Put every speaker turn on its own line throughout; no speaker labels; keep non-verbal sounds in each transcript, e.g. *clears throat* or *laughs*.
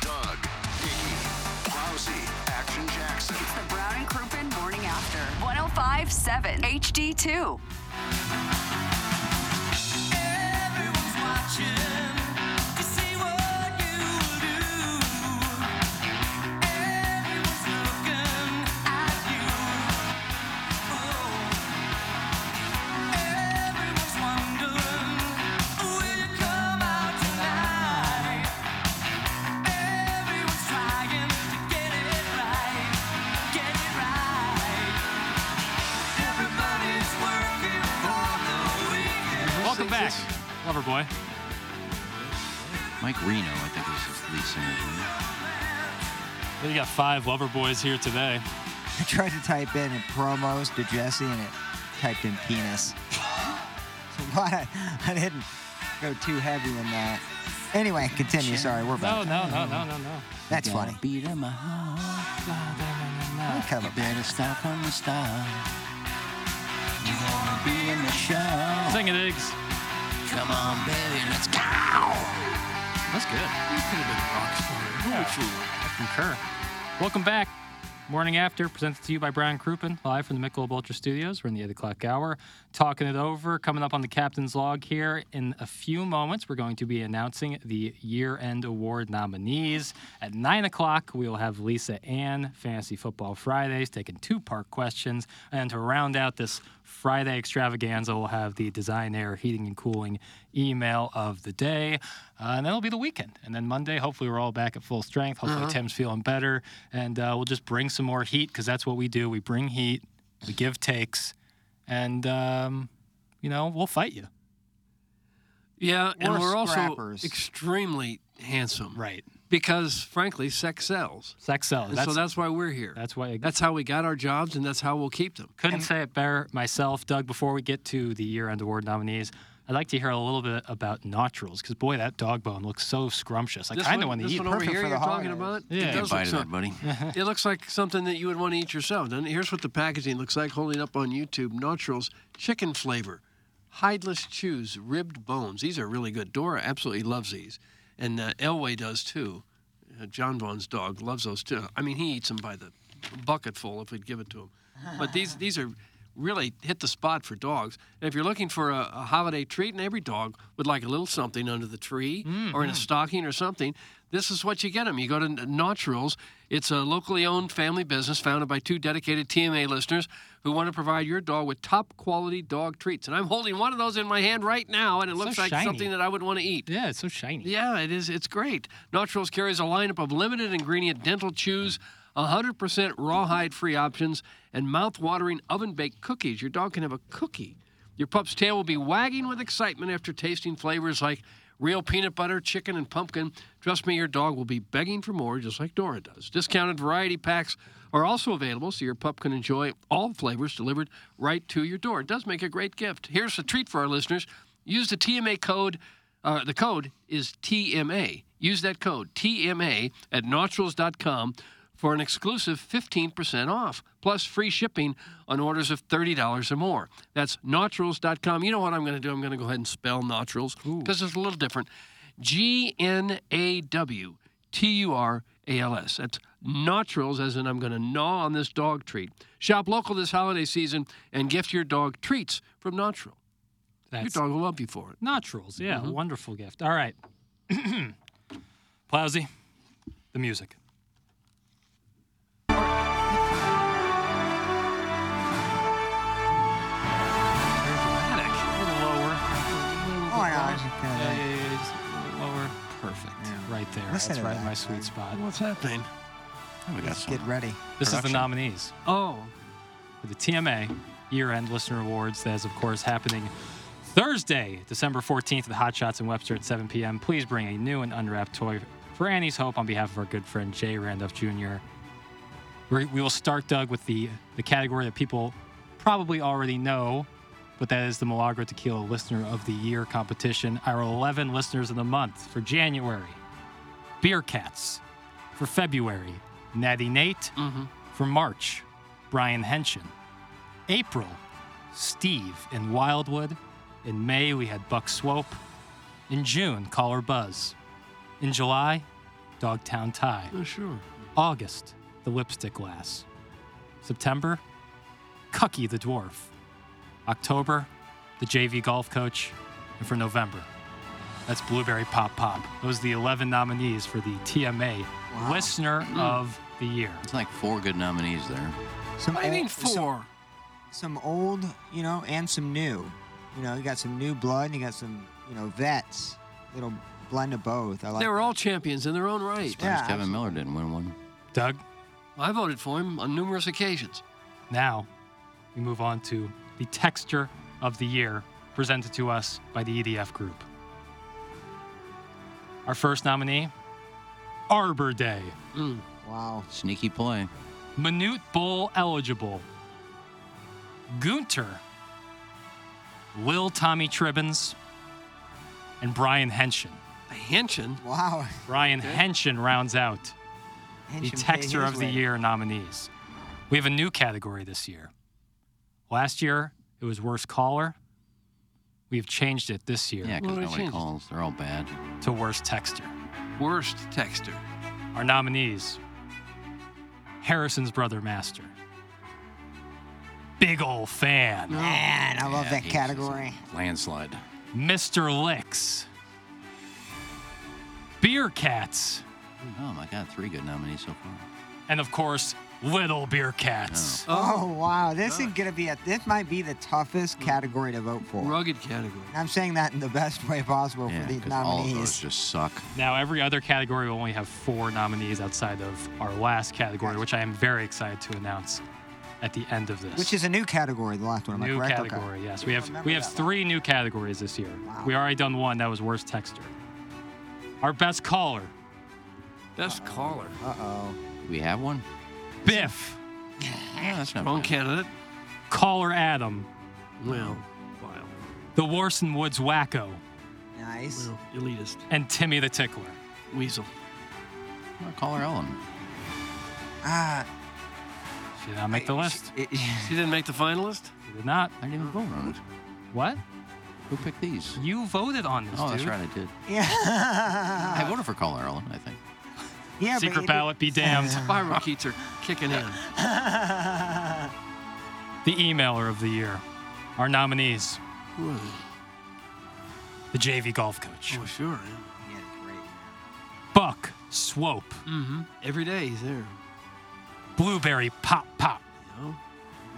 Doug, Biggie, Rousey, Action Jackson.
It's the Brown and Crouppen Morning After. 1057 HD2.
Everyone's watching to see what you do. Everyone's looking at you. Oh. Everyone's wondering, will you come out tonight? Everyone's trying to get it right, get it right. Everybody's working for the weekend.
Welcome back, Loverboy.
Mike Reno, I think was his lead singer. wasn't
We got five lover boys here today.
I tried to type in promos to Jesse and it typed in penis. *laughs* so why I, I didn't go too heavy in that. Anyway, continue. Sorry, we're
No,
back.
no, no, no, no, no.
That's
he?
funny.
Beat him a heart.
I'll cover
You
it.
better start from the start. You wanna be in the show?
Sing it, eggs.
Come on, baby, let's go.
That's good. I concur. Welcome back. Morning After, presented to you by Brian Crouppen, live from the Michelob Ultra Studios. We're in the 8 o'clock hour, talking it over, coming up on the Captain's Log here. In a few moments, we're going to be announcing the year-end award nominees. At 9 o'clock, we will have Lisa Ann, Fantasy Football Fridays, taking two-part questions. And to round out this Friday extravaganza, we'll have the Design Air Heating and Cooling email of the day. Uh, and then it'll be the weekend. And then Monday, hopefully, we're all back at full strength. Hopefully,
Uh-huh.
Tim's feeling better. And uh, we'll just bring some more heat because that's what we do. We bring heat, we give takes, and, um, you know, we'll fight you.
Yeah, and
We're
we're also
scrappers.
extremely handsome.
Right.
Because frankly, sex sells.
Sex sells.
And
That's,
so that's why we're here.
that's why.
That's how we got our jobs and that's how we'll keep them.
Couldn't say it better myself, Doug. Before we get to the year-end award nominees, I'd like to hear a little bit about nostrils because boy, that dog bone looks so scrumptious. I
This
kind of
one-
want to
this
eat.
one over
Perfect
here
for the
you're talking about.
holidays.
Yeah.
it, does
Bite
look
of
so-
that, buddy.
it looks like something that you would want to eat yourself. And here's what the packaging looks like. Holding up on YouTube, nostrils, chicken flavor, hideless chews, ribbed bones. These are really good. Dora absolutely loves these, and uh, Elway does too. Uh, John Vaughn's dog loves those too. I mean, he eats them by the bucketful if we'd give it to him. But these these are really hit the spot for dogs. And if you're looking for a, a holiday treat, and every dog would like a little something under the tree or in a stocking or something, this is what you get them. You go to N- Naturals. It's a locally owned family business founded by two dedicated TMA listeners who want to provide your dog with top quality dog treats. And I'm holding one of those in my hand right now, and it looks like
shiny.
something that I would want to eat.
Yeah, it's so shiny.
Yeah, it is. It's great. Naturals carries a lineup of limited ingredient dental chews, 100% rawhide free options, and mouth-watering oven-baked cookies. Your dog can have a cookie. Your pup's tail will be wagging with excitement after tasting flavors like real peanut butter, chicken, and pumpkin. Trust me, your dog will be begging for more, just like Dora does. Discounted variety packs are also available, so your pup can enjoy all flavors delivered right to your door. It does make a great gift. Here's a treat for our listeners. Use the TMA code uh, the code is TMA. Use that code TMA at nostrils.com for an exclusive 15% off, plus free shipping on orders of $30 or more. That's nostrils.com. You know what I'm going to do? I'm going to go ahead and spell nostrils because it's a little different. G N A W T U R A L S. That's nostrils, as in I'm going to gnaw on this dog treat. Shop local this holiday season and gift your dog treats from Nostril.
That's
Your dog will love you for it.
nostrils. Yeah, wonderful gift. All right, *clears throat* Plowsy, the music.
Oh, I know. I was just kinda
Yeah,
like-
yeah, yeah, just a little lower. Perfect. Right there.
Listen
That's
to
right in
that.
my sweet spot.
What's happening?
we got
Get ready.
This is the
Production.
nominees
Oh,
for the TMA Year End Listener Awards. That is, of course, happening Thursday, December 14th at Hot Shots in Webster at 7 p.m. Please bring a new and unwrapped toy for Annie's Hope on behalf of our good friend Jay Randolph Jr. We're, we will start, Doug, with the, the category that people probably already know, but that is the Milagro Tequila Listener of the Year competition. Our 11 listeners of the month for January Beer Cats. For February, Natty Nate. For March, Brian Henshin. April, Steve in Wildwood. In May, we had Buck Swope. In June, Caller Buzz. In July, Dogtown Tie.
oh, sure.
August, the lipstick lass. September, Cucky the dwarf. October, the JV golf coach. And for November, that's Blueberry Pop Pop. Those are the 11 nominees for the TMA Listener of the Year.
It's like four good nominees there.
Some
What do you
ol-
mean
some-
four?
some old, you know, and some new. You know, you got some new blood and you got some, you know, vets. Little blend of both. I like
They were all champions in their own right.
Surprised
Yeah,
Kevin Miller didn't win one.
Doug,
I voted for him on numerous occasions.
now we move on to the Texture of the Year presented to us by the EDF Group. Our first nominee, Arbor Day.
Wow.
Sneaky play.
Minute Bowl eligible. Gunter, Lil Tommy Tribbins, and Brian Henshin.
A Henshin?
Wow. *laughs*
Brian Henshin rounds out the
Henshin paid
Texter
his
of the
way.
Year nominees. We have a new category this year. Last year, it was Worst Caller. We have changed it this year
Yeah,
Well,
because
they
nobody
changed it.
calls. They're all bad.
to Worst Texter.
Worst texter.
Our nominees Harrison's Brother Master, Big Ol' Fan.
Man, I love
Yeah,
that
he's just a
category.
Landslide.
Mr. Licks, Beer Cats,
Oh my God, three good nominees so far.
and of course, Little Beer Cats.
Oh
*laughs*
wow, this is gonna be a this might be the toughest
Mm.
category to vote for.
Rugged category.
And I'm saying that in the best way possible
Yeah,
for these
because all of those
nominees.
just suck.
Now, every other category will only have four nominees outside of our last category, which I am very excited to announce at the end of this.
Which is a new category, the last one. Am I
new
correct? Okay.
category. Yes, we have
remember
we have
that one.
three new categories this year. We already done one that was worst texter. Our best caller,
Best caller.
Uh-oh.
Do we have one?
Biff,
Yeah, that's not
Wrong
bad.
candidate.
caller Adam,
Well, vile.
the Warson Woods Wacko,
Nice.
Well, elitist.
and Timmy the Tickler.
Weasel.
Or Caller Ellen.
Ah,
Did not make the list.
*laughs*
*laughs*
She didn't make the finalist?
Did not.
I didn't even vote on it.
What?
Who picked these?
You voted on this,
Oh,
dude.
that's right, I did.
yeah.
I voted for Caller Ellen, I think.
yeah, but
Secret
it-
ballot,
*laughs*
be damned.
Viral Keats are kicking in.
the emailer of the year. Our nominees.
Who are they?
The JV golf coach.
Oh, sure.
Yeah, great.
Buck Swope.
Mm-hmm. Every day he's there.
Blueberry Pop Pop.
You know?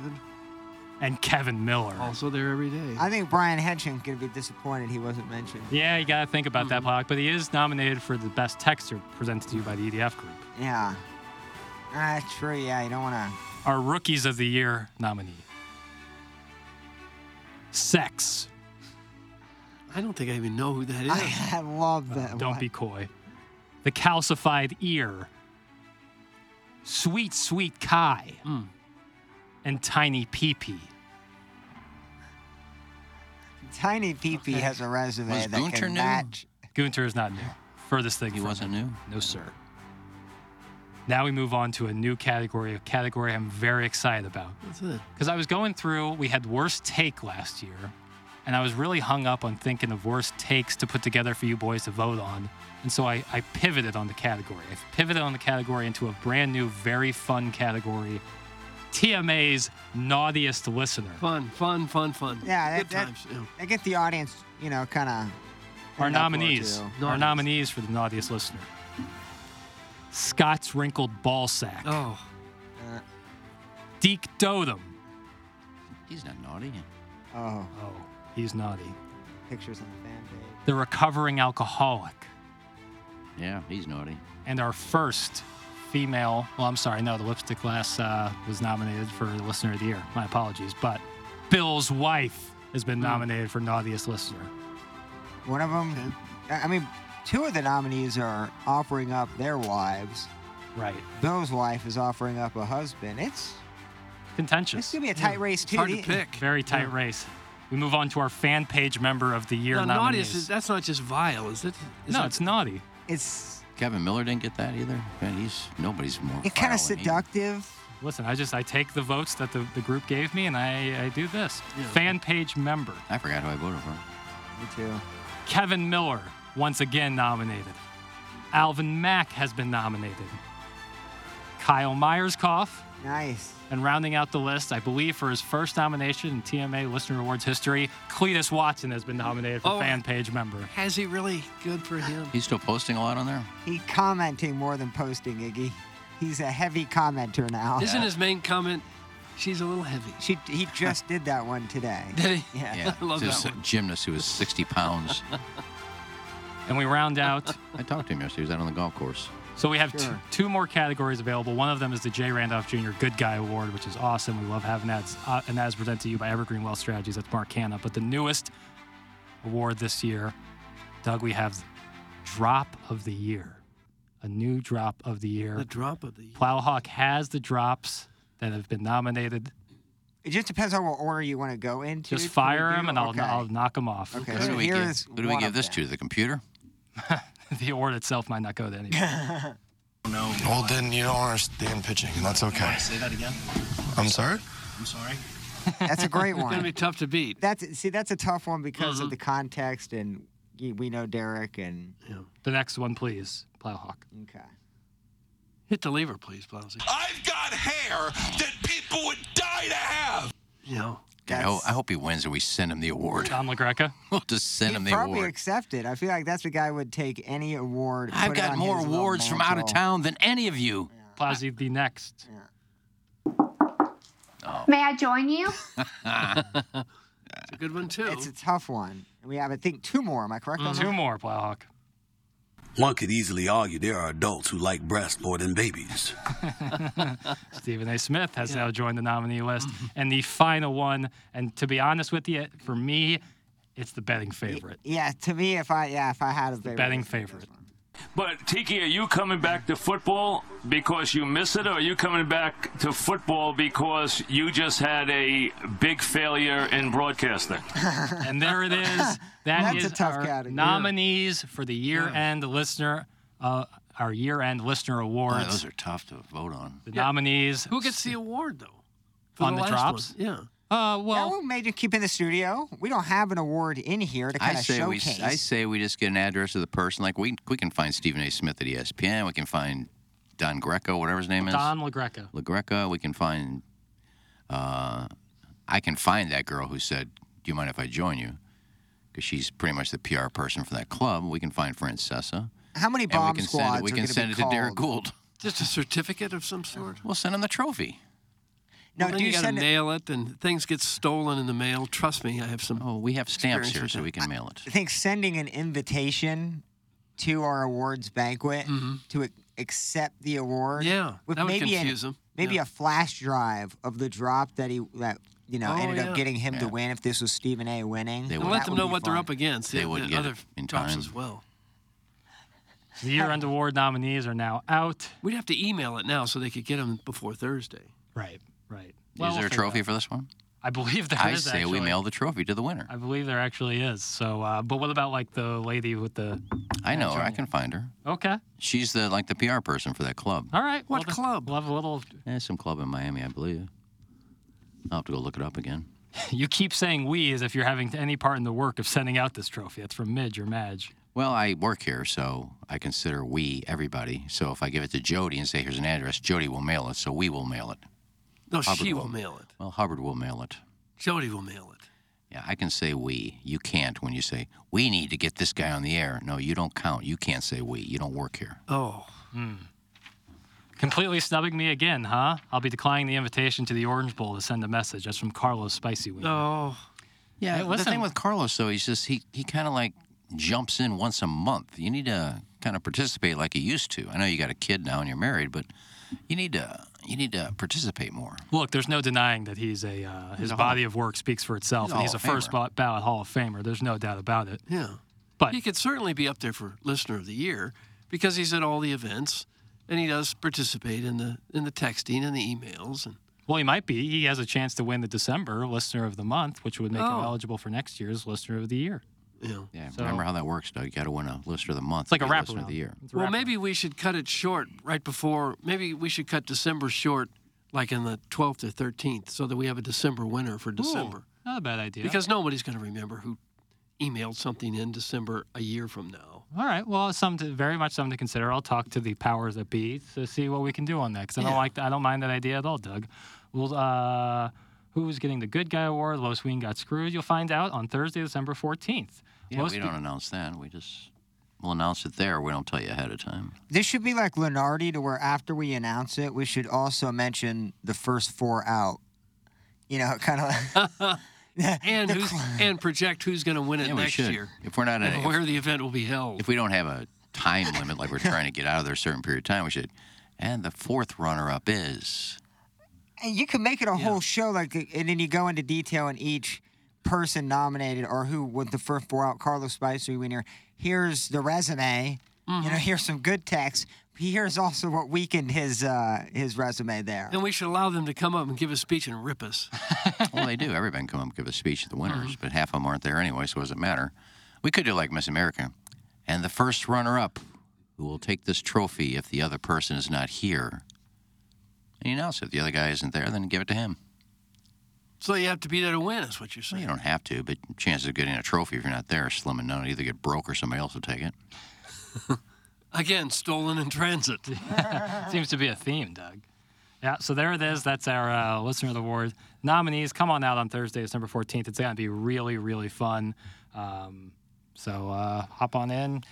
Good.
And Kevin Miller.
Also there every day.
I think Brian Hedgen's gonna be disappointed he wasn't mentioned.
Yeah, you gotta think about that, Block. But he is nominated for the best texter presented to you by the EDF group.
Yeah. Ah, true. Yeah, you don't wanna. *laughs*
Our rookies of the year nominee. Sex.
I don't think I even know who that is.
I, I love that.
Don't
one.
be coy. The calcified ear. Sweet, sweet Kai. And tiny pee pee.
Tiny PP has a resume
Was
that
Gunter
can
new?
match.
Gunter is not new. Furthest thing
He
from
wasn't
him.
new.
No, sir. Now we move on to a new category, a category I'm very excited about.
That's it.
Because I was going through, we had worst take last year, and I was really hung up on thinking of worst takes to put together for you boys to vote on. And so I, I pivoted on the category. I pivoted on the category into a brand new, very fun category TMA's Naughtiest Listener.
Fun, fun, fun, fun.
Yeah, that,
Good
that,
times. yeah.
that get the audience, you know, kind of.
Our nominees.
Naughtiest.
Our nominees for the Naughtiest Listener. Scott's wrinkled ball sack.
Oh.
uh,
Deke Dotem.
He's not naughty.
Oh.
Oh, he's naughty.
Pictures on the fan page.
The recovering alcoholic.
Yeah, he's naughty.
and our first female. Well, I'm sorry, no, the Lipstick Glass uh, was nominated for Listener of the Year. My apologies, but Bill's wife has been
Hmm.
nominated for Naughtiest Listener.
One of them, I mean, two of the nominees are offering up their wives.
Right.
Bill's wife is offering up a husband. It's
Contentious.
it's gonna be a tight race too.
hard to
The-
pick.
Very tight race. We move on to our fan page member of the year
Now,
nominees.
naughtiest is that's not just vile, is it? Is
no,
that-
it's naughty.
It's
Kevin Miller didn't get that either. Man, he's nobody's more.
it's kind of
vile than he-
seductive.
Listen, I just I take the votes that the, the group gave me and I, I do this. Fan page member.
I forgot who I voted for.
Me too.
Kevin Miller, once again nominated. Alvin Mack has been nominated. Kyle Myerscough,
Nice.
and rounding out the list, I believe for his first nomination in TMA Listener Awards history, Cletus Watson has been nominated for
Oh.
fan page member.
Has he really? Good for him.
He's still posting a lot on there.
He commenting more than posting, Iggy. He's a heavy commenter now.
Isn't his main comment? She's a little heavy. *laughs*
She, he just did that one today.
*laughs*
Did he?
Yeah.
*laughs* I love
There's
that
a gymnast who was 60 pounds.
And we round out.
I talked to him yesterday. He was out on the golf course.
So we have t-
Sure.
two more categories available. One of them is the J. Randolph Jr. Good Guy Award, which is awesome. We love having that. It's, uh, and that is presented to you by Evergreen Wealth Strategies. That's Mark Hanna. But the newest award this year, Doug, we have Drop of the Year, a new Drop of the Year.
The drop of the.
Plowhawk has the drops that have been nominated.
It just depends on what order you want to go into.
Just
Can we
fire
do-
him and I'll,
okay.
I'll knock him off. *laughs*
Okay.
Who
So
do we
here
give,
is
who do we
one
give
of
this
them.
to? The computer?
the award itself might not go to anybody.
*laughs*
Well, then you don't understand pitching, and that's okay.
Say that again.
I'm sorry?
I'm sorry.
*laughs* That's
*laughs*
a great
It's gonna
*laughs*
one.
be tough to beat.
That's see, that's a tough one because
Mm-hmm.
of the context, and y- we know Derek, and
the next one, please, Plowhawk.
okay.
Hit the lever, please, Blousy.
I've got hair that people would die to have.
You know,
I
That's-
hope, I hope he wins and we send him the award.
Tom LaGreca.
*laughs* We'll just send him
He'd
the
probably
award.
accept it. I feel like that's the guy who would take any award.
I've
put it
got
on
more
his little
awards from out of
mantle.
town than any of you.
Plowsy be next.
May I join you?
it's a good one too.
It's a tough one. We have, I think, two more. Am I correct on
Mm-hmm. Two
that?
more, Plowhawk.
One could easily argue there are adults who like breasts more than babies.
Stephen A. Smith has now joined the nominee list. And the final one, and to be honest with you, for me, it's the betting favorite.
Yeah, to me, if I yeah, if I had a favorite,
Betting
it's this
favorite.
one.
But Tiki, are you coming back to football because you miss it, or are you coming back to football because you just had a big failure in broadcasting?
And there it
*laughs*
is. That
That's
is
a tough
our
category.
nominees for the year-end listener, uh, our year-end listener awards.
Boy, those are tough to vote on.
the nominees
Who gets the award though? For
on the,
last
drops.
one? Yeah.
Uh, well,
That one may just keep in the studio. We don't have an award in here to
I
kind of
say we,
showcase.
I say we just get an address of the person. Like we we can find Stephen A. Smith at E ESPN. We can find Don Greco, whatever his name is,
Don LaGreca.
LaGreca. We can find. Uh, I can find that girl who said, "Do you mind if I join you?" Because she's pretty much the PR person for that club. We can find Francesa,
How many
and we
bomb
can
squads
send it. We
are
can
gonna
send
be
it to Derek
called?
Gould.
Just a certificate of some sort.
We'll send him the trophy.
No,
Well, then
do
you,
you
gotta
send it?
nail it, and things get stolen in the mail. Trust me, I have some.
Oh, we have stamps
Experience
here,
with
so
that.
we can mail it.
I think sending an invitation to our awards banquet
Mm-hmm.
to ac- accept the award.
Yeah,
with
that would
maybe an-
confuse 'em.
Maybe
Yeah.
a flash drive of the drop that he that you know
Oh,
ended
yeah.
up getting him to
Yeah.
win if this was Stephen A. winning.
They
And
would-
let
That
them
would
know
be
what they're
fun.
up against.
They
the-
wouldn't
the
get
other
it in
drops
time.
as well.
The year-end award nominees are now out.
We'd have to email it now so they could get them before Thursday.
Right, right.
is there a trophy for this one?
I believe there is.
I say
actually.
we mail the trophy to the winner.
I believe there actually is. So, uh, but what about like the lady with the?
I know her. I can find her.
Okay,
She's the like the PR person for that club.
all right.
What club?
Love a little. *laughs*
There's Eh, some club in Miami, I believe. I'll have to go look it up again.
You keep saying "we" as if you're having any part in the work of sending out this trophy. It's from Midge or Madge.
Well, I work here, so I consider we everybody. So if I give it to Jody and say, here's an address, Jody will mail it, so we will mail it.
No,
Hubbard
she will
will.
mail it.
Well, Hubbard will mail it.
Jody will mail it.
Yeah, I can say we. You can't when you say, we need to get this guy on the air. No, you don't count. You can't say we. You don't work here.
Oh,
Completely snubbing me again, huh? I'll be declining the invitation to the Orange Bowl to send a message. That's from Carlos Spicy Wiener.
Oh.
Yeah,
Hey,
the
listen.
thing with Carlos though, he's just he he kind of like jumps in once a month. You need to kind of participate like you used to. I know you got a kid now and you're married, but you need to you need to participate more.
Look, there's no denying that he's a uh, his
He's a Hall
body of work speaks for itself,
He's a
and he's a
Hall of
first ba- ballot Hall of Famer. There's no doubt about it.
Yeah.
But
he could certainly be up there for listener of the year because he's at all the events and he does participate in the in the texting and the emails and
Well, he might be. He has a chance to win the December Listener of the Month, which would make him
Oh.
eligible for next year's Listener of the Year.
Yeah.
Yeah,
So-
remember how that works, Doug? You got to win a lister of the month.
It's like
to
a
be listener
wraparound.
of the year.
well maybe we should cut it short right before maybe we should cut December short like in the 12th or 13th so that we have a December winner for December
not a bad idea.
because nobody's going to remember who emailed something in December a year from now.
all right, well, some to, very much something to consider. I'll talk to the powers that be to see what we can do on that because I don't
Yeah.
like I don't mind that idea at all, Doug. Well, uh, who's getting the Good Guy Award? Lois Ween got screwed. You'll find out on Thursday, December fourteenth.
Yeah, we don't announce that. We just we'll announce it there. We don't tell you ahead of time.
This should be like Lenardi, to where after we announce it, we should also mention the first four out. You know, *laughs* kind of.
*laughs*
*laughs*
and who's, and project who's going to win it
Yeah, we
next
should.
year.
If we're not
*laughs*
and
in a-
where the event will be held.
If we don't have a time limit, like we're trying to get out of there a certain period of time, we should. And the fourth runner-up is
And you could make it a whole show, like, and then you go into detail in each person nominated or who with the first four out. Carlos Spicer winner. Here's the resume.
Mm-hmm.
You know, *laughs* here's some good text. Here's also what weakened his uh, his resume there.
And we should allow them to come up and give a speech and rip us.
well, they do. Everybody can come up and give a speech to the winners,
Uh-huh.
but half of them aren't there anyway, so it doesn't matter. We could do like Miss America. And the first runner up who will take this trophy if the other person is not here. And you announce it. If the other guy isn't there, then give it to him.
So you have to be there to win, is what you're saying.
You don't have to, but chances of getting a trophy if you're not there are slim and none. Either get broke or somebody else will take it.
Again, stolen in
*laughs*
transit.
Seems to be a theme, Doug. Yeah, so there it is. That's our uh, Listener of the Award nominees. Come on out on Thursday, December 14th. It's going to be really, really fun. Um, so uh, hop on in.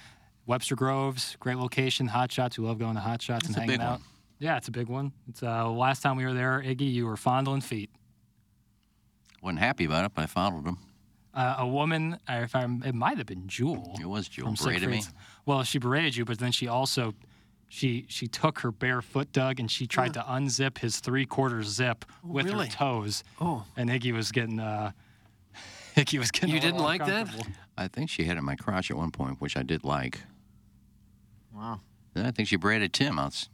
Webster Groves, great location, hot shots. We love going to hot shots and
a
hanging
big
out.
one.
Yeah, it's a big one. It's uh, last time we were there, Iggy, you were fondling feet.
Wasn't happy about it, but I followed him.
Uh, a woman, or if I'm, it might have been Jewel.
It was Jewel
from
berated me.
Siegfried's. Well, she berated you, but then she also she she took her bare foot, Doug, and she tried to unzip his three quarter zip with
really?
her toes.
Oh.
And Iggy was getting uh *laughs* Iggy was getting
You
a little
didn't like that?
uncomfortable.
I think she hit at my crotch at one point, which I did like.
Wow.
Then I think she berated Tim out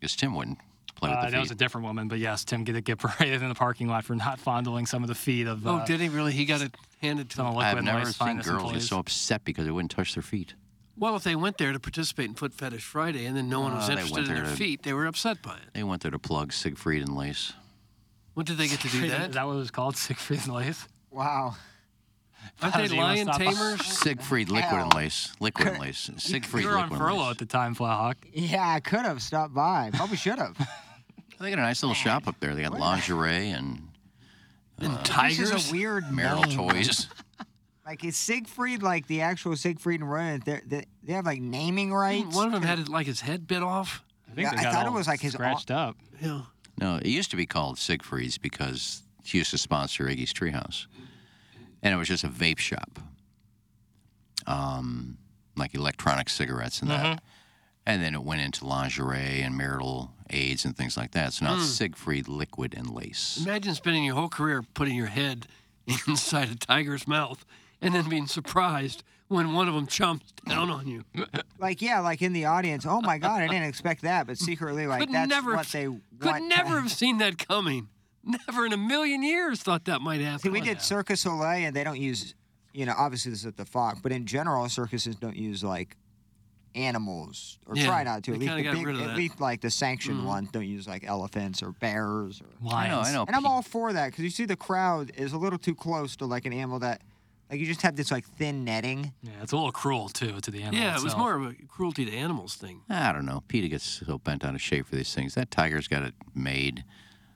because Tim wouldn't play with
Uh,
the feet.
that was a different woman, but yes, Tim get *laughs* get berated in the parking lot for not fondling some of the feet of.
Oh,
uh,
did he really? He got it handed to him.
I've never seen girls get so upset because they wouldn't touch their feet.
Well, if they went there to participate in Foot Fetish Friday and then no one was
Uh, they
interested
went
in
there
their
to-
feet, they were upset by it.
They went there to plug Siegfried and Lace.
When did they get to do
*laughs*
Siegfried and-
that?
Is that what it was called? *laughs* Siegfried and Lace?
Wow.
Aren't they
How's he gonna
lion
stop us? *laughs*
tamers?
Siegfried Liquid and Lace. Liquid and Lace. Siegfried
You were on
Liquid and
furlough
Lace.
at the time, Flyhawk.
Yeah, I could have stopped by. Probably
*laughs*
should have.
They got a nice little shop up there. They got lingerie and
This is a weird
marital
name.
toys.
Like is Siegfried like the actual Siegfried and Roy? They they they have like naming rights.
One of them had like his head bit off.
Hmm, I
Yeah,
they
I
got
thought it
all
was like his au-
scratched up.
Yeah.
No, it used to be called Siegfried's because he used to sponsor Iggy's Treehouse, and it was just a vape shop, um, like electronic cigarettes and that. And then it went into lingerie and marital aids and things like that. So now it's Siegfried Liquid and Lace.
Imagine spending your whole career putting your head *laughs* inside a tiger's mouth and then being surprised when one of them chomps down on you.
Like yeah, like in the audience. Oh my god, I didn't expect that. But secretly, like
Could
that's
never
what
have-
they
Could
want to
never have seen that coming. Never in a million years thought that might happen.
*laughs* See, we did Circus Soleil, and they don't use, you know, obviously this is at the Fox, but in general, circuses don't use like animals or
Yeah,
try not to.
they
At least,
kinda
the
got
big,
rid of
at
that. Mm-hmm.
least like the sanctioned ones don't use like elephants or bears or
I know, I
Oh,
know.
And I'm all for that because you see the crowd is a little too close to like an animal that, like you just have this like thin netting.
Yeah, it's a little cruel too to the animal.
Yeah, it was
itself.
more of a cruelty to animals thing.
I don't know. Peter gets so bent out of shape for these things. That tiger's got it made.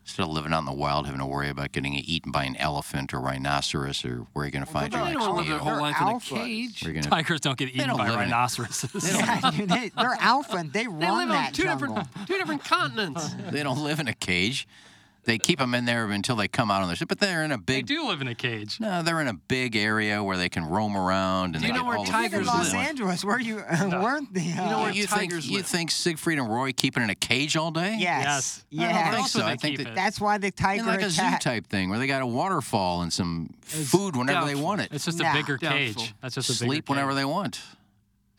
Instead of living out in the wild, having to worry about getting eaten by an elephant or rhinoceros or where you're going to find your
they
next
don't live
meal.
their whole life in a cage.
Where you gonna-
Tigers don't get eaten
don't
by
live in it.
rhinoceroses.
*laughs* Yeah, dude, they, they're alpha and they run
They live on
that
two
jungle.
different, *laughs* two different continents.
They don't live in a cage. They keep them in there until they come out on their ship, but they're in a
They
big.
do live in a cage.
No, they're in a big area where they can roam around. And
Do you
they
know
get
where
all the
tigers
food
in
they
Los
want.
Angeles, where you uh, weren't the. Uh,
You know where
You think
tigers
you
live?
think Siegfried and Roy keeping in a cage all day?
Yes.
I
Yes.
don't think so. I think that-
That's why the tiger
in like a zoo
attack.
type thing where they got a waterfall and some food whenever they
doubtful.
want it.
It's just a
Nah.
bigger
Doubtful.
cage. That's just a bigger
Sleep whenever
cage.
they want.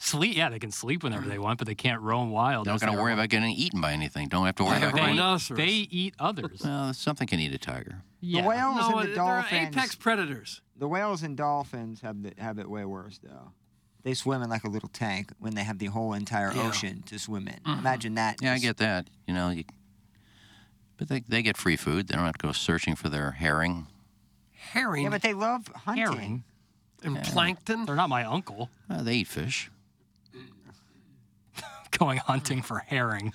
sleep. Yeah, they can sleep whenever they want, but they can't roam wild.
They're not
as
going to
they
worry
were-
about getting eaten by anything. Don't have to worry
Like a
about getting eaten.
rhinoceros.
They eat
*laughs*
others.
Well, something can eat a tiger.
yeah.
The whales
no,
and the
they're
dolphins.
apex predators.
The whales and dolphins have the, have it way worse though. They swim in like a little tank when they have the whole entire
Yeah.
ocean to swim in. Imagine that.
Mm-hmm. Yeah, I
just-
get that. You know, you, but they, they get free food. They don't have to go searching for their herring.
Herring
Yeah, but they love hunting.
Herring.
and plankton.
They're not my uncle
Uh, they eat fish.
going hunting for
*laughs*
herring.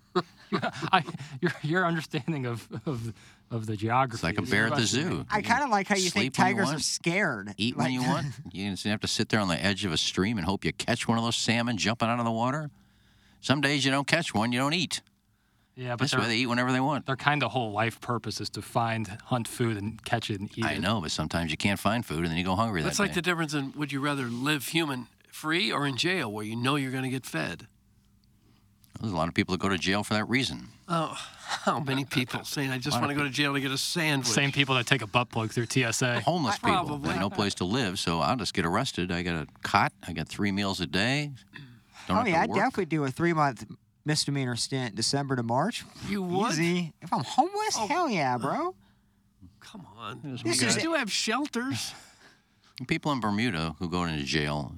*laughs* I, your, your understanding of, of of the geography.
It's like a
is
bear at the
impressive.
zoo.
I kind of like how you think
Sleep when you
tigers are
want.
scared.
Eat
like,
when you
*laughs*
want. You just have to sit there on the edge of a stream and hope you catch one of those salmon jumping out of the water. Some days you don't catch one, you don't eat.
Yeah, but
That's why
their,
they eat whenever they want.
their kind of whole life purpose is to find, hunt food, and catch it and eat
I
it.
know, but sometimes you can't find food and then you go hungry
That's
that
like
day.
the difference in would you rather live human free or in jail where you know you're going to get fed.
There's a lot of people that go to jail for that reason.
Oh, how many
*laughs*
people saying I just
Lot of
want to go to jail to get a sandwich?
Same people that take a butt plug through TSA.
Homeless
I-
people. They
Probably.
have no place to live, so I'll just get arrested. I got a cot. I got three meals a day. Don't
Oh
have to
yeah, I
work.
definitely do a three month misdemeanor stint, December to March.
You would?
Easy. If I'm homeless,
Oh,
hell
uh,
yeah, bro.
Come on.
This
These
is
do have
*laughs*
shelters.
People in Bermuda who go into jail,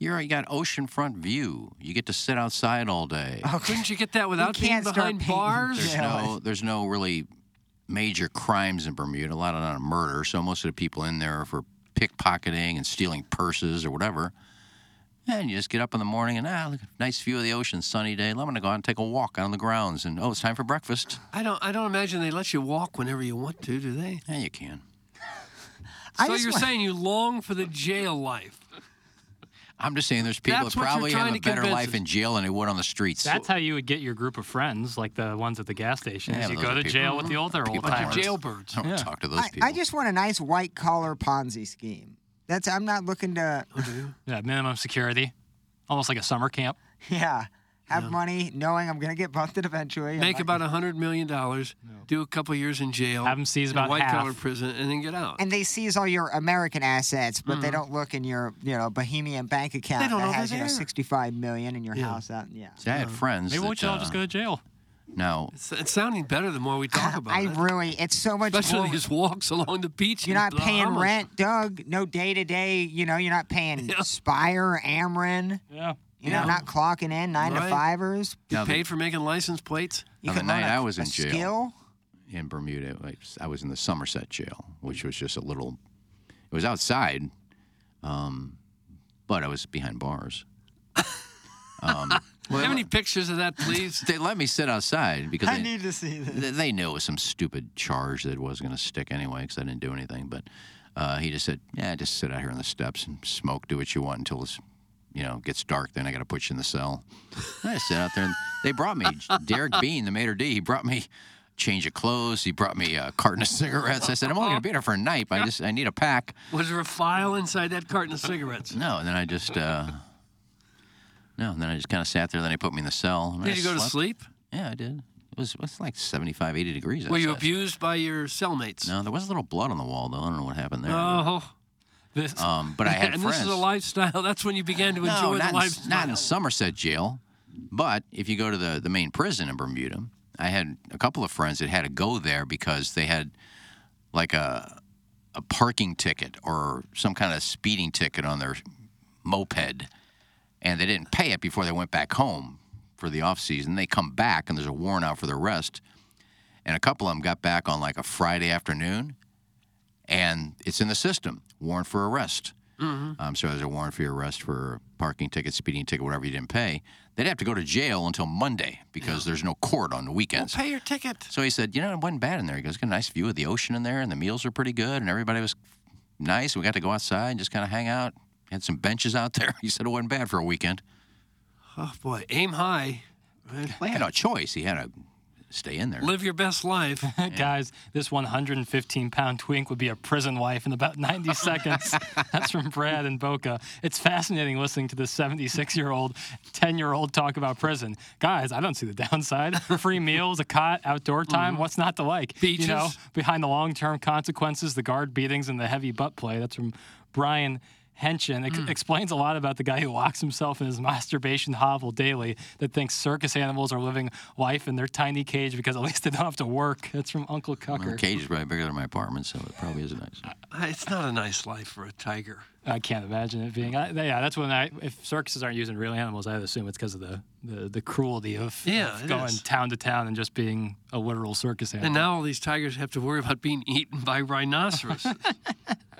you're, you got oceanfront view. You get to sit outside all day.
Couldn't you get that without being
can't start
behind
painting.
bars?
There's no, there's no really major crimes in Bermuda. A lot of not a murder, so most of the people in there are for pickpocketing and stealing purses or whatever. And you just get up in the morning and ah, look, nice view of the ocean, sunny day. I'm gonna go out and take a walk out on the grounds, and oh, it's time for breakfast.
I don't. I don't imagine they let you walk whenever you want to, do they?
Yeah, you can.
I
so
just
you're
want-
saying you long for the jail life?
I'm just saying, there's people
That's
that
what you're
probably have
trying
a
to
better
convince
life
us.
in jail than they would on the streets.
That's how you would get your group of friends, like the ones at the gas station.
Yeah,
is
but
you
those
go
are
to
people-
jail with the older old
people that
timers.
aren't-
Jailbirds.
I don't talk to those
I,
people.
I just want a nice white collar Ponzi scheme. That's I'm not looking to *laughs*
Yeah, minimum security, almost like a summer camp.
yeah have money knowing I'm gonna get busted *laughs* eventually. I'm
Make
not-
about a hundred million dollars, do a couple years in jail,
Have 'em seize
in
about
white collar
half.
prison, and then get out.
and they seize all your American assets, but they don't look in your you know Bohemian bank
Mm-hmm.
account
They don't
that
know they're
has you know
there.
65 million in your house. Out, yeah.
See, I had friends.
Maybe we
that,
should all
uh,
just go to jail.
No,
It's, it's sounding better the more we talk about
Ah, I
it.
really, it's so much.
Especially
more-
his walks along the beach.
You're
in
not paying
Bahamas.
rent, Doug. No day to day. You know, you're
*laughs*
not paying Spire, Ameren.
Yeah.
You know, not clocking in nine
Right.
to fivers.
You
Now the-
paid for making license plates.
You
Now, the
can learn
night
a-
I was
a
in jail-
Skill.
in Bermuda. I was- I was in the Somerset jail, which was just a little. It was outside, um, but I was behind bars. Um,
Do you have any pictures of that,
*laughs*
please?
They let me sit outside because
I
they,
need to see this.
they- they knew it was some stupid charge that was going to stick anyway because I didn't do anything. But uh, he just said, "Yeah, just sit out here on the steps and smoke, do what you want until it's." You know, gets dark. Then I got to put you in the cell. And I just sat out there, and they brought me Derek Bean, the maitre d. He brought me change of clothes. He brought me a carton of *laughs* cigarettes. I said, "I'm only going to be there for a night. But I just I need a pack."
Was there a file inside that carton of cigarettes?
No, and then I just uh, no, and then I just kind of sat there. Then they put me in the cell. and I
Did you go to
slept.
sleep?
Yeah, I did. It was it was like 75, 80 degrees.
Were you
outside.
abused by your cellmates?
No, there was a little blood on the wall though. I don't know what happened there.
Oh. This,
um, but I
*laughs*
had
and
friends.
this is a lifestyle. *laughs* That's when you began to
no,
enjoy
not,
the
in,
lifestyle.
not in Somerset jail, but if you go to the the main prison in Bermuda, I had a couple of friends that had to go there because they had like a a parking ticket or some kind of speeding ticket on their moped, and they didn't pay it before they went back home for the off season. They come back and there's a warrant out for their arrest, and a couple of them got back on like a Friday afternoon, and it's in the system, warrant for arrest.
Mhm.
Um, so there's a warrant for your arrest for parking ticket, speeding ticket, whatever you didn't pay. They'd have to go to jail until Monday because there's no court on the weekends.
Pay your ticket.
So he said, you know, it wasn't bad in there. He goes, got a nice view of the ocean in there, and the meals were pretty good, and everybody was nice. We got to go outside and just kind of hang out. Had some benches out there. *laughs* He said it wasn't bad for a weekend.
Oh boy, aim high.
Well, he had no choice. He had to stay in there.
Live your best life.
*laughs* Guys, this 115 pound twink would be a prison wife in about 90 seconds. That's from Brad and Boca. It's fascinating listening to this 76 year old, 10 year old talk about prison. Guys, I don't see the downside. Free meals, a cot, outdoor time. What's not to like? You know,
Beaches.
behind the long term consequences, the guard beatings, and the heavy butt play. That's from Brian. Henshin ex- explains a lot about the guy who locks himself in his *laughs* masturbation hovel daily that thinks circus animals are living life in their tiny cage because at least they don't have to work. That's from Uncle
My
Cucker.
cage is probably bigger than my apartment, so it probably is nice.
It's not a nice life for a tiger.
I can't imagine it being. I, yeah, that's when I. If circuses aren't using real animals, I would assume it's because of the, the the cruelty of,
Yeah,
of
it
going
is.
town to town and just being a literal circus animal.
And now all these tigers have to worry about being eaten by rhinoceroses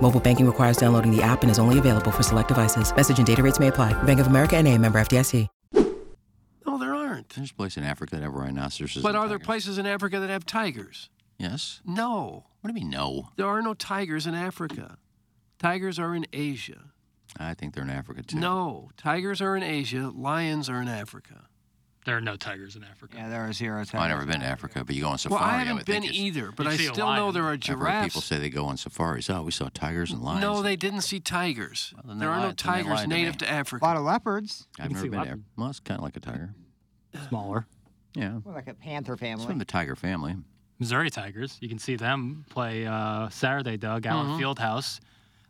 Mobile banking requires downloading the app and is only available for select devices. Message and data rates may apply. Bank of America and a member FDIC.
No, there aren't.
There's a place in Africa that have rhinoceroses.
But are there places in Africa that have tigers?
Yes.
No.
What do you mean, no?
There are no tigers in Africa. Tigers are in Asia.
I think they're in Africa too.
No, tigers are in Asia. Lions are in Africa.
There are no tigers in Africa.
Yeah, there are zero
Oh, I've never been to Africa, but you go on
well,
safari.
I
would
haven't
think
been
it's-
either, but
You'd
I
see a
still know
lion.
there are
I've heard people
giraffes.
say they go on safaris. Oh, we saw tigers and lions.
No, they didn't see tigers.
then they
there are no
lied- then they
tigers
lied to
native
me.
to Africa.
A lot of leopards.
I've never been there. Well, it's kind of like a tiger.
Smaller.
Yeah.
Well, like a panther
It's
family.
from the tiger family.
Missouri Tigers. You can see them play uh, Saturday, Doug, Allen
Mhm.
Fieldhouse.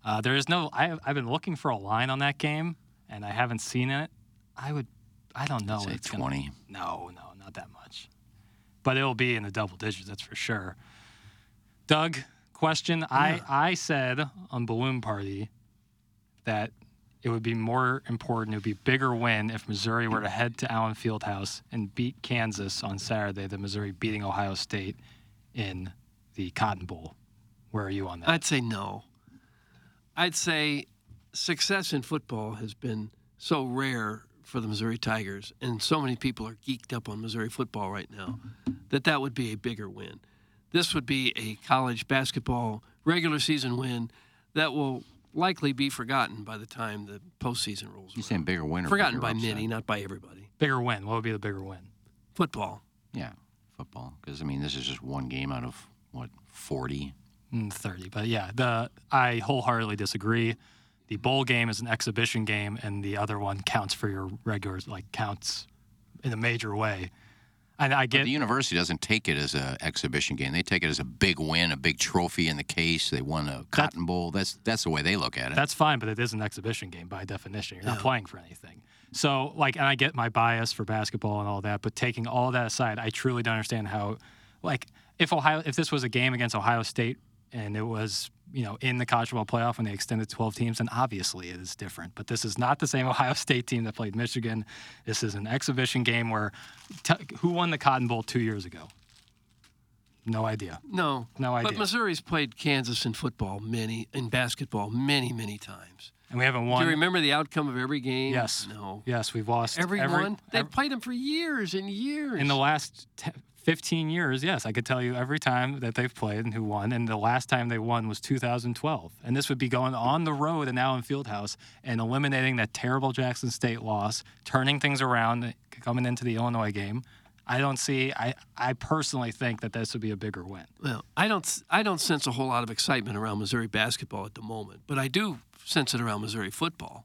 Uh, there is no. I, I've been looking for a line on that game, and I haven't seen it. I would. I don't know.
Say
if it's gonna-
20.
no, no, not that much. But it'll be in the double digits. That's for sure. Doug, question. I I said on Balloon Party that it would be more important, it would be a bigger win if Missouri were to head to Allen Fieldhouse and beat Kansas on Saturday than Missouri beating Ohio State in the Cotton Bowl. Where are you on that?
I'd say no. I'd say success in football has been so rare for the Missouri Tigers, and so many people are geeked up on Missouri football right now that that would be a bigger win. This would be a college basketball regular season win that will likely be forgotten by the time the postseason rolls.
You saying bigger winner?
Forgotten by many, not by everybody.
Bigger win. What would be the bigger win?
Football.
Yeah, football. Because I mean, this is just one game out of what forty.
Mm, 30. But yeah, the I wholeheartedly disagree. The bowl game is an exhibition game, and the other one counts for your regular, like counts in a major way. And I
But
get
the university doesn't take it as an exhibition game. They take it as a big win, a big trophy in the case. They won a Cotton Bowl. That's that's the way they look at it.
That's fine, but it is an exhibition game by definition. You're not playing for anything. So, like, and I get my bias for basketball and all that, but taking all that aside, I truly don't understand how, like, if Ohio, if this was a game against Ohio State and it was, you know, in the college football playoff when they extended 12 teams, then obviously it is different. But this is not the same *laughs* Ohio State team that played Michigan. This is an exhibition game where, t- who won the Cotton Bowl two years ago? No idea.
No.
No idea.
But Missouri's played Kansas in football many, in basketball many, many times.
And we haven't won.
Do you remember the outcome of every game?
Yes.
No.
Yes, we've lost every-
Everyone. They've played them for years and years.
In the last te 15 years, yes, I could tell you every time that they've played and who won. And the last time they won was 2012. And this would be going on the road and now in Fieldhouse and eliminating that terrible Jackson State loss, turning things around, coming into the Illinois game. I don't see. I I personally think that this would be a bigger win.
well, I don't. s- I don't sense a whole lot of excitement around Missouri basketball at the moment, but I do sense it around Missouri football.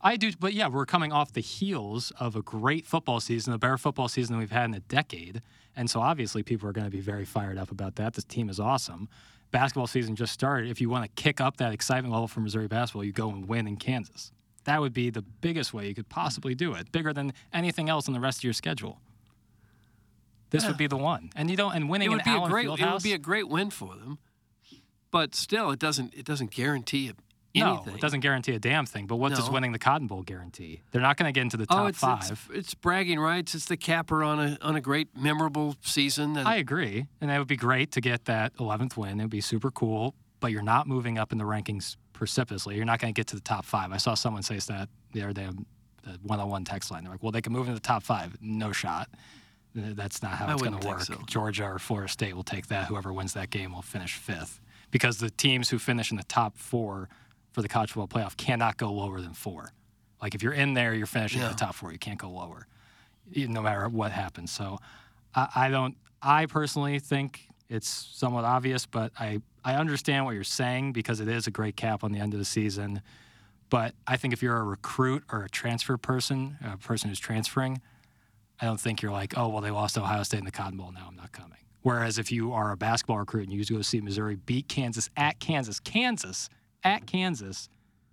I do, but yeah, we're coming off the heels of a great football season, the better football season we've had in a decade, and so obviously people are going to be very fired up about that. This team is awesome. basketball season just started, if you want to kick up that excitement level for Missouri basketball, you go and win in Kansas. That would be the biggest way you could possibly do it, bigger than anything else on the rest of your schedule. This would be the one, and you don't. And winning
it would
in
be
Allen
a great
Fieldhouse,
it would be a great win for them, but still, it doesn't it doesn't guarantee it
no,
anything.
it doesn't guarantee a damn thing. But what does
No.
winning the Cotton Bowl guarantee? They're not going to get into the top
oh, it's,
five.
It's, it's bragging rights. It's the capper on a on a great memorable season. And
I agree, and it would be great to get that 11th win. It would be super cool, but you're not moving up in the rankings precipitously. You're not going to get to the top five. I saw someone say that the other day on the one-on-one text line. They're like, "Well, they can move into the top five. No shot. Th- That's not how
I
it's going
wouldn't
to
think
work.
so.
Georgia or Florida State will take that. Whoever wins that game will finish fifth because the teams who finish in the top four for the college football playoff cannot go lower than four. Like if you're in there, you're finishing in
Yeah.
the top four. You can't go lower, e- no matter what happens. So I, I don't. I personally think it's somewhat obvious, but I I understand what you're saying because it is a great cap on the end of the season. But I think if you're a recruit or a transfer person, a person who's transferring, I don't think you're like, oh well, they lost to Ohio State in the Cotton Bowl. Now I'm not coming. Whereas if you are a basketball recruit and you go see Missouri beat Kansas at Kansas, Kansas at Kansas,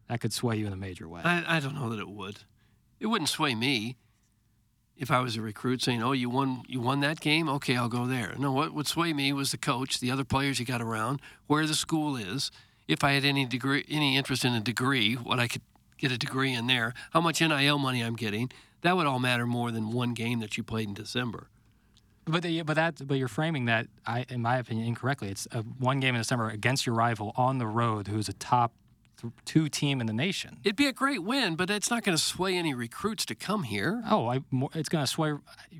that could sway you in a major way.
I, I don't know that it would. It wouldn't sway me if I was a recruit saying, "Oh, you won, you won that game. Okay, I'll go there." No, what would sway me was the coach, the other players you got around, where the school is. If I had any degree, any interest in a degree, what I could get a degree in there, how much NIL money I'm getting, that would all matter more than one game that you played in December.
But the, but that but you're framing that I in my opinion incorrectly. It's a one game in December against your rival on the road, who's a top th- two team in the nation.
It'd be a great win, but it's not going to sway any recruits to come here.
Oh, I more- it's going to sway.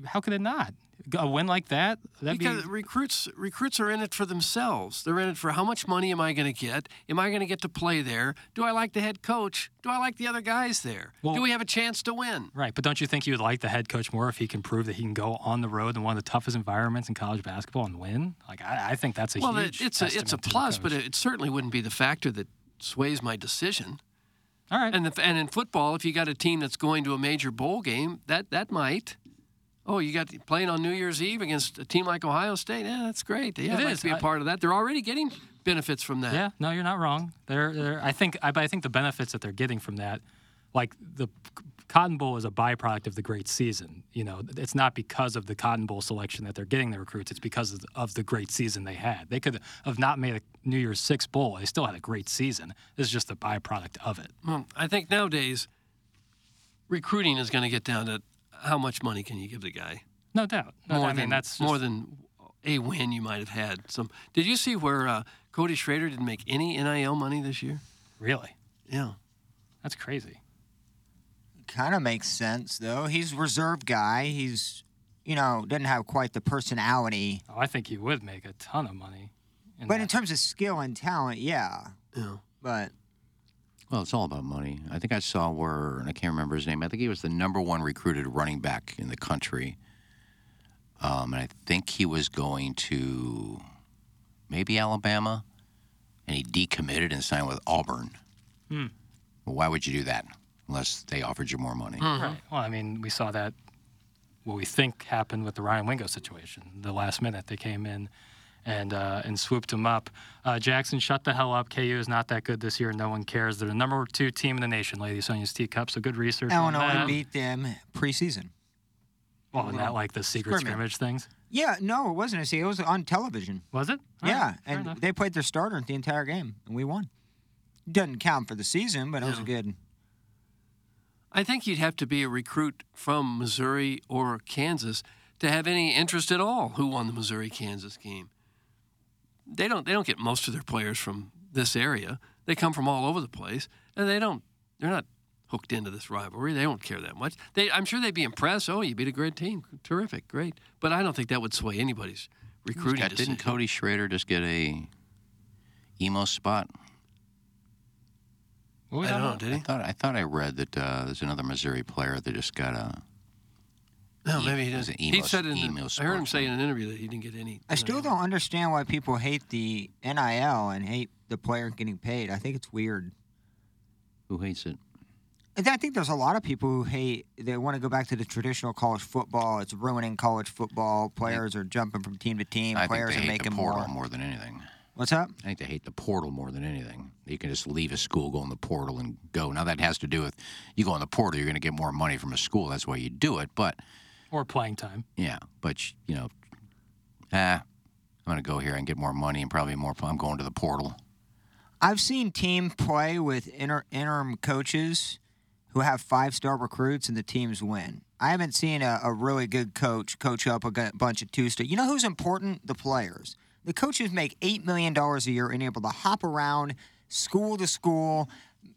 How could it not? A win like that? That'd
because
be
recruits recruits are in it for themselves. They're in it for how much money am I going to get? Am I going to get to play there? Do I like the head coach? Do I like the other guys there? Do we have a chance to win?
right. But don't you think you would like the head coach more if he can prove that he can go on the road in one of the toughest environments in college basketball and win? Like I, I think that's a
well, it-
huge.
it's a it's a
testament to the
plus,
coach.
but it, it certainly wouldn't be the factor that sways my decision.
All right.
And the, and in football, if you got a team that's going to a major bowl game, that that might. Oh, you got playing on New Year's Eve against a team like Ohio State. Yeah, that's great. Yeah,
It
I'd like
is.
to be a
I-
part of that. They're already getting benefits from that.
Yeah, no, you're not wrong. They're, they're, I think, I, but I think the benefits that they're getting from that, like the c- Cotton Bowl is a byproduct of the great season. You know, it's not because of the Cotton Bowl selection that they're getting the recruits. It's because of the, of the great season they had. They could have not made a New Year's Six bowl. They still had a great season. This is just the byproduct of it.
Well, I think nowadays recruiting is going to get down to how much money can you give the guy?
No doubt. No,
more
I mean,
than,
that's just-
more than a win you might have had. Some. Did you see where uh, Cody Schrader didn't make any NIL money this year?
Really?
Yeah.
That's crazy.
Kind of makes sense though. He's a reserved guy. He's you know doesn't have quite the personality.
Oh, I think he would make a ton of money.
but in terms of skill and talent, yeah.
Yeah.
But
Well, it's all about money. I think I saw where, and I can't remember his name. I think he was the number one recruited running back in the country. Um, and I think he was going to maybe Alabama, and he decommitted and signed with Auburn.
Hmm.
Well, why would you do that unless they offered you more money?
Right. Well, I mean, we saw that what we think happened with the Ryan Wingo situation. The last minute they came in and uh, and swooped him up. Uh, Jackson, shut the hell up. KU is not that good this year. No one cares. They're the number two team in the nation, Lady Sonia's teacup. So good research. on
Illinois
that.
beat them preseason.
Well, and that like the secret
Scrimmage.
scrimmage things.
Yeah, no, it wasn't a C. It was on television.
Was it?
yeah,
right, fair
and
enough.
they played their starter the entire game, and we won. Doesn't count for the season, but it was a good.
I think you'd have to be a recruit from Missouri or Kansas to have any interest at all who won the Missouri Kansas game. They don't they don't get most of their players from this area. They come from all over the place and they don't they're not hooked into this rivalry. They don't care that much. They I'm sure they'd be impressed. Oh, you beat a great team. Terrific. Great. But I don't think that would sway anybody's recruiting
Scott,
decision.
didn't Cody Schrader just get a emo spot?
What was I that don't know, about?
I thought I thought I read that uh, there's another Missouri player that just got a.
No, maybe he
it was
doesn't.
an
He
emo-
said in
emo
the, I heard him say in an interview that he didn't get any uh,
I still don't understand why people hate the NIL and hate the player getting paid. I think it's weird.
Who hates it?
And I think there's a lot of people who hate. They want to go back to the traditional college football. It's ruining college football. Players are jumping from team to team.
I think
players
they
are
hate the
making
portal
more.
more than anything.
What's up?
I think they hate the portal more than anything. You can just leave a school, go in the portal, and go. Now that has to do with you go in the portal, you're going to get more money from a school. That's why you do it. But
or playing time.
yeah, but sh- you know, ah, I'm going to go here and get more money and probably more. I'm going to the portal.
I've seen team play with inter- interim coaches who have five star recruits and the teams win. I haven't seen a, a really good coach coach up a gu- bunch of two star. You know who's important? The players. The coaches make eight million dollars a year and able to hop around school to school,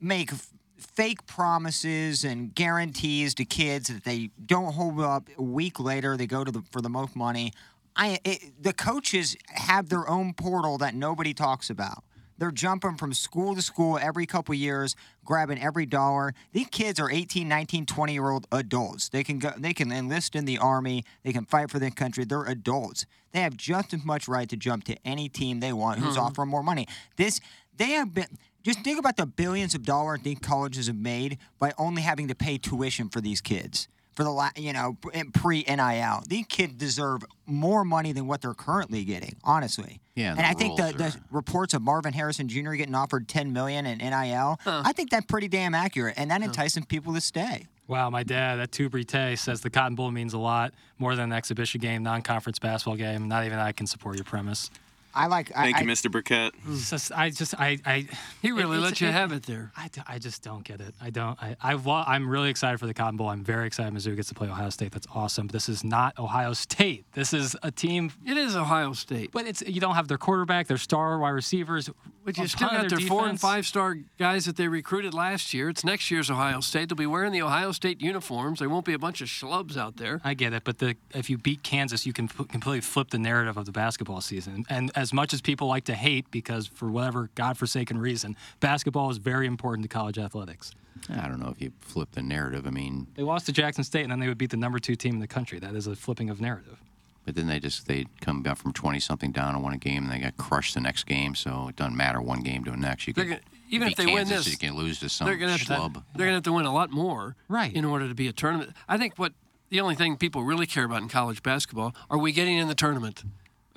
make f- fake promises and guarantees to kids that they don't hold up. A week later, they go to the for the most money. I it, the coaches have their own portal that nobody talks about. They're jumping from school to school every couple years, grabbing every dollar. These kids are 18, 19, 20 year old adults. They can go, they can enlist in the army. They can fight for their country. They're adults. They have just as much right to jump to any team they want who's
Mhm.
offering more money. This they have been. Just think about the billions of dollars these colleges have made by only having to pay tuition for these kids for the la- you know pre NIL. These kids deserve more money than what they're currently getting, honestly.
Yeah,
and,
the
I think the,
rules
the reports of Marvin Harrison Jr. getting offered 10 million in NIL, I think that's pretty damn accurate, and that enticing people to stay.
Wow, my dad at Tubrite says the Cotton Bowl means a lot more than an exhibition game, non-conference basketball game. Not even I can support your premise.
I like.
Thank
I-
you, Mr. Burkett.
It's just- I just, I, I.
He really
it's-
let you have Mm. it there.
I, d- I just don't get it. I don't. I, I wa- I'm really excited for the Cotton Bowl. I'm very excited Mizzou gets to play Ohio State. That's awesome. But this is not Ohio State. This is a team.
It is Ohio State.
But it's you don't have their quarterback, their star wide receivers.
But
a
you still
ton of
got their four and
defense.
five star guys that they recruited last year. It's next year's Ohio State. They'll be wearing the Ohio State uniforms. There won't be a bunch of schlubs out there.
I get it, but the if you beat Kansas, you can f- completely flip the narrative of the basketball season. And as much as people like to hate, because for whatever godforsaken reason, basketball is very important to college athletics.
I don't know if you flip the narrative. I mean,
They lost to Jackson State, and then they would beat the number two team in the country. That is a flipping of narrative.
but then they just they come down from 20 something down and won a game and they got crushed the next game. So it doesn't matter one game to the next. You
They're
can
gonna- even if they
beat
win
Kansas,
this,
you can lose to some
they're gonna have to,
schlub.
they're gonna have to win a lot more,
right,
in order to be a tournament. I think what the only thing people really care about in college basketball are we getting in the tournament.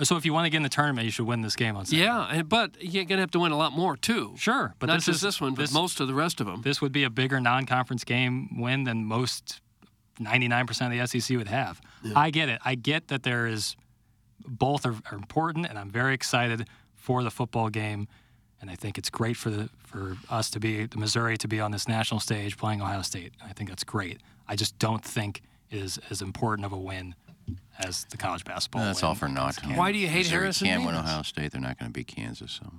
So if you want to get in the tournament, you should win this game on Saturday.
Yeah, and- but you're gonna have to win a lot more too.
Sure, but
not
this
just
is-
this one, but
this-
most of the rest of them.
This would be a bigger non-conference game win than most 99% of the SEC would have. I get it. I get that there is both are, are important, and I'm very excited for the football game. And I think it's great for the for us to be Missouri to be on this national stage playing Ohio State. I think that's great. I just don't think it is as important of a win as the college
Oh,
basketball.
That's all for naught.
Why do you hate
Missouri
Harrison
Can't win
Davis?
Ohio State. They're not going to beat Kansas. So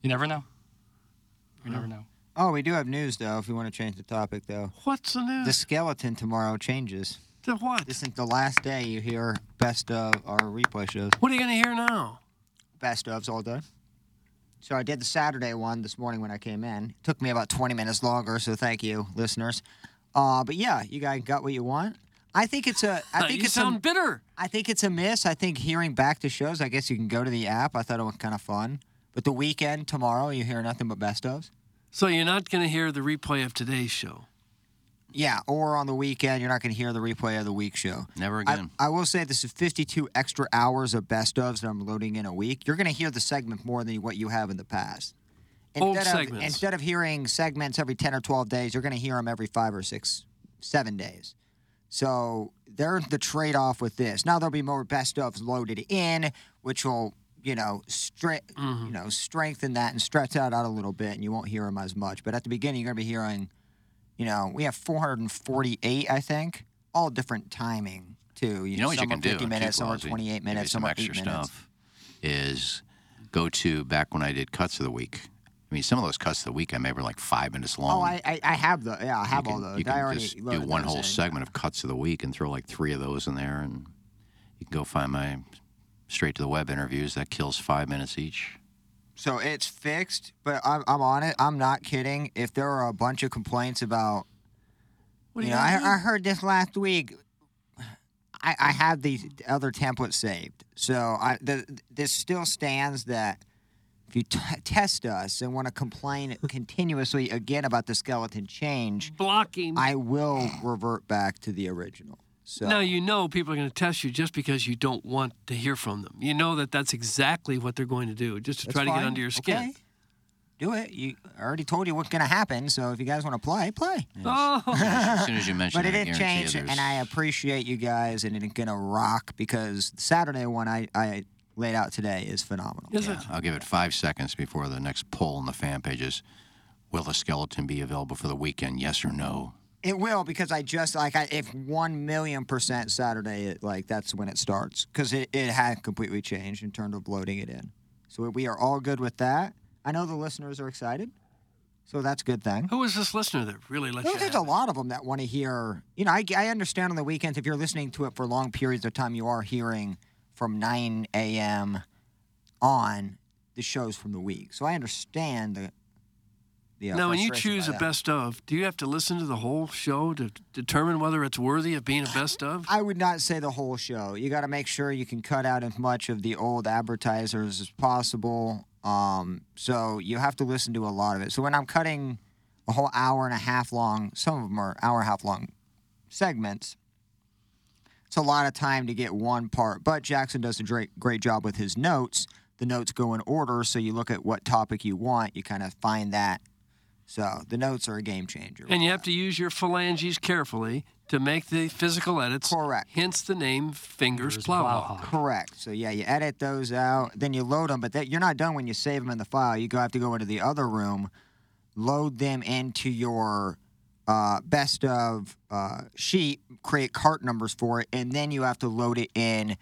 You never know. You never know.
Oh, we do have news though. If we want to change the topic though,
what's the news?
The skeleton tomorrow changes.
To what?
This is the last day you hear best of our replay shows.
What are you gonna hear now?
Best ofs all day. So I did the Saturday one this morning when I came in. took me about 20 minutes longer, so thank you, listeners. Uh, but yeah, you guys got what you want. I think it's a.
*laughs*
I think
you
it's
sound
a,
bitter.
I think it's a miss. I think hearing back to shows. I guess you can go to the app. I thought it was kind of fun. But the weekend tomorrow, you hear nothing but best ofs.
So you're not gonna hear the replay of today's show.
Yeah, or on the weekend, you're not going to hear the replay of the week show.
Never
I-
again.
I, will say this is 52 extra hours of best ofs that I'm loading in a week. You're going to hear the segment more than what you have in the past.
Old
of,
segments.
Instead of hearing segments every 10 or 12 days, you're going to hear them every five or six, seven days. So there's the trade off with this. Now there'll be more best ofs loaded in, which will you know stre-
Mm-hmm.
you know strengthen that and stretch that out a little bit, and you won't hear them as much. But at the beginning, you're going to be hearing, you know, we have 448, I think, all different timing too.
you know what you
some
can
are
do.
50
I'm
minutes,
too
some are
lousy.
28
Give you
minutes,
some
are
extra
eight minutes.
stuff. Is go to back when I did cuts of the week. I mean, some of those cuts of the week I made were like five minutes long.
Oh, I, I I have the yeah I have all those.
Um, you
I
can
already
just do
loaded
one
those
whole
in.
segment of cuts of the week and throw like three of those in there, and you can go find my straight to the web interviews. That kills five minutes
*laughs*
each.
So it's fixed, but I'm, I'm on it. I'm not kidding. If there are a bunch of complaints about,
What
you
do
know,
you
I,
mean?
I heard this last week. I, I have the other template saved, so I the, this still stands that if you t- test us and want
*laughs*
to complain continuously again about the skeleton change,
blocking,
I will revert back to the original. So
Now you know people are going to test you just because you don't want to hear from them. You know that that's exactly what they're going to do, just to
That's
try to
fine.
get under your skin.
*laughs* Okay. do it. You I already told you what's going to happen. So if you guys want to play, play.
Oh,
As soon as you mention
but
it,
it
I
didn't
guarantee you
change,
there's-
and I appreciate you guys, and it's gonna rock because the Saturday one I, I laid out today is phenomenal.
yeah, I'll give it five seconds before the next poll on the fan pages. Will the skeleton be available for the weekend? Yes or no?
It will because I just like I, if one million percent Saturday, it, like that's when it starts because it, it had completely changed in terms of loading it in. So we are all good with that. I know the listeners are excited, so that's a good thing.
Who is this listener that really lets
Well,
you?
there's a lot of them that want to hear. You know, I, I understand on the weekends if you're listening to it for long periods of time, you are hearing from 9 a.m. on the shows from the week. So I understand the. the uh,
now, when you
frustration
choose
by
a
that.
best of, do you have to listen to the whole show to determine whether it's worthy of being a best of?
I would not say the whole show. You got to make sure you can cut out as much of the old advertisers as possible. Um, so you have to listen to a lot of it. So when I'm cutting a whole hour and a half long, some of them are hour and a half long segments. It's a lot of time to get one part, but Jackson does a great, great job with his notes. The notes go in order, so you look at what topic you want, you kind of find that. So the notes are a game changer.
And you have to use your phalanges carefully to make the physical edits. Correct. Hence the name Fingers, Plowhawk.
Correct. So yeah, you edit those out, then you load them, but that, you're not done when you save them in the file. You go have to go into the other room, load them into your uh, best of uh, sheet, create cart numbers for it, and then you have to load it in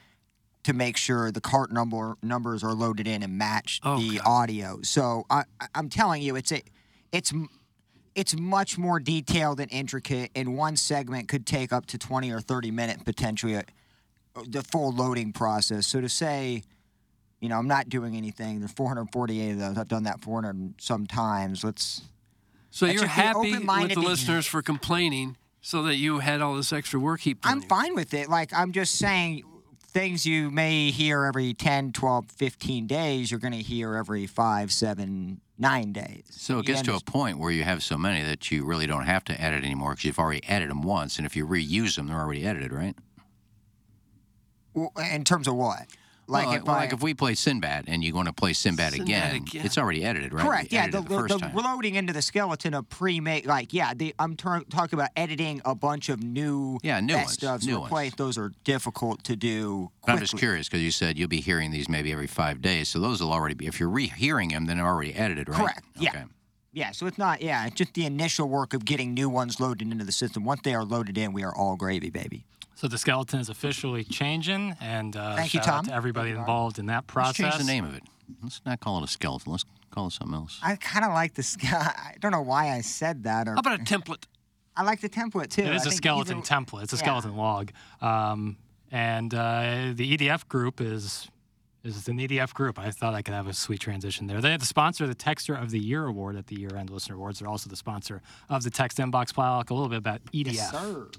to make sure the cart number numbers are loaded in and match the audio. So I, I- I'm telling you, it's a, it's. m- It's much more detailed and intricate, and one segment could take up to 20 or 30 minutes potentially uh, the full loading process. So to say, you know, I'm not doing anything. There's 448 of those. I've done that 400 and sometimes. Let's.
So
That
you're
should be
happy with
open-minded
the
to-
listeners for complaining so that you had all this extra work heaped on
I'm fine with it. Like I'm just saying, things you may hear every 10, 12, 15 days, you're going to hear every five, seven, nine days.
So it
You
gets to a
understand?
point where you have so many that you really don't have to edit anymore because you've already edited them once, and if you reuse them, they're already edited, right?
Well, in terms of what? Like
well,
if
well,
I,
like if we play Sinbad and you want to play Sinbad,
Sinbad
again,
again.
it's already edited, right?
Correct.
You
Yeah, the,
edited the,
the,
first
the
time.
loading into the skeleton of pre-made, like yeah, the, I'm tur- talking about editing a bunch of new
Yeah, new
best
ones,
ofs
new ones.
replaced. Those are difficult to do.
But I'm just curious because you said you'll be hearing these maybe every five days, so those will already be. If you're rehearing them, then they're already edited, right?
Correct.
Okay.
Yeah. Yeah, so it's not, yeah, it's just the initial work of getting new ones loaded into the system. Once they are loaded in, we are all gravy, baby.
So the skeleton is officially changing, and uh,
Thank you,
shout out
Tom.
to everybody involved in that
Let's
process.
change the name of it. Let's not call it a skeleton. Let's call it something else.
I kind of like the sky. *laughs* I don't know why I said that. Or,
How about a template?
I like the template too.
Oh, It
I
is a
think
skeleton
either-
template. It's a
yeah.
skeleton log. Um, and uh, the EDF group is is an EDF group. I thought I could have a sweet transition there. They have the sponsor of the Texter of the Year award at the Year End Listener Awards. They're also the sponsor of the Text Inbox Pile. I'll talk a little bit about E EDF.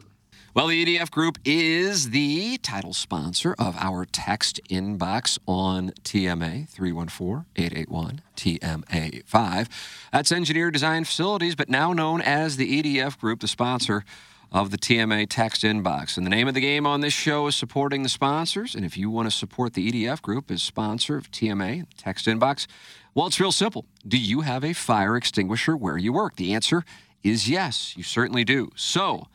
Well, the EDF Group is the title sponsor of our text inbox on TMA 314 881 TMA 5. That's Engineer Design Facilities, but now known as the EDF Group, the sponsor of the TMA text inbox. And the name of the game on this show is supporting the sponsors. And if you want to support the EDF Group as sponsor of TMA text inbox, well, it's real simple. Do you have a fire extinguisher where you work? The answer is yes, you certainly do. So,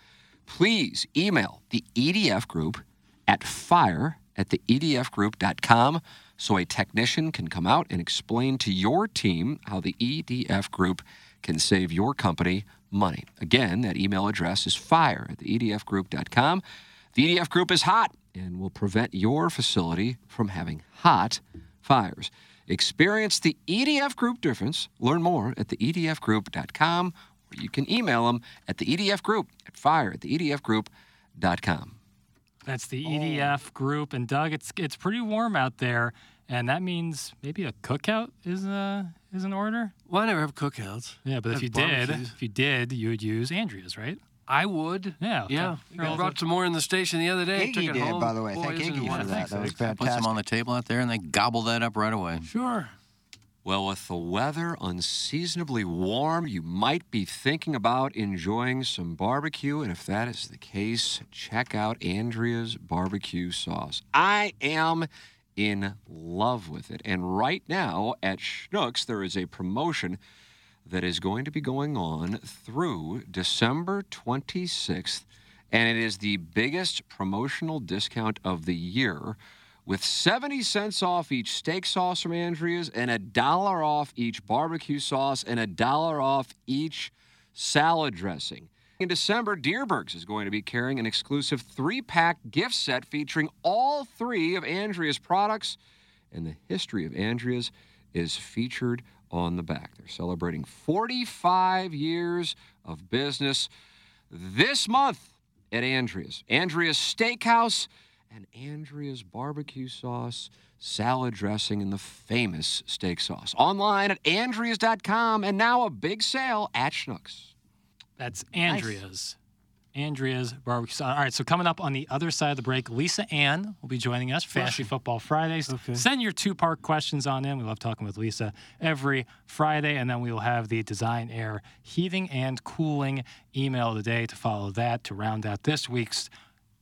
please email the EDF group at fire at the E edfgroup.com so a technician can come out and explain to your team how the EDF group can save your company money. Again, that email address is fire at the E edfgroup.com. The EDF group is hot and will prevent your facility from having hot fires. Experience the EDF group difference. Learn more at the E edfgroup.com or you can email them at the EDF group at fire at the E EDF group.com.
That's the EDF group. And Doug, it's it's pretty warm out there, and that means maybe a cookout is uh, is in order.
Well, I never have cookouts.
Yeah, but if
Have
you did,
barbecues.
if you did, you would use Andrea's, right?
I would.
Yeah.
Yeah. I brought some more in the station the other day.
Iggy
took it
did,
home.
by the way.
Boy,
Thank
isn't
Iggy
it
for
wonderful.
that. That was
Puts them on the table out there and they gobble that up right away.
Sure.
Well, with the weather unseasonably warm, you might be thinking about enjoying some barbecue. And if that is the case, check out Andrea's barbecue sauce. I am in love with it. And right now at Schnucks, there is a promotion that is going to be going on through December 26th. And it is the biggest promotional discount of the year with 70 cents off each steak sauce from Andrea's and a dollar off each barbecue sauce and a dollar off each salad dressing. In December, Deerbergs is going to be carrying an exclusive three pack gift set featuring all three of Andrea's products, and the history of Andrea's is featured on the back. They're celebrating 45 years of business this month at Andrea's. Andrea's Steakhouse and Andrea's barbecue sauce, salad dressing, and the famous steak sauce. Online at andreas.com, and now a big sale at Schnucks.
That's Andrea's. Andrea's barbecue. sauce. All right, so coming up on the other side of the break, Lisa Ann will be joining us, Fantasy Football Fridays. Send your two part questions on in. We love talking with Lisa every Friday. And then we will have the Design Air Heating and Cooling email today to follow that to round out this week's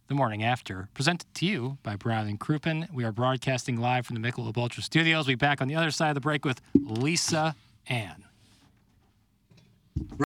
The Morning After, presented to you by Brown and Crouppen. We are broadcasting live from the Michelob Ultra Studios. We'll be back on the other side of the break with Lisa Ann.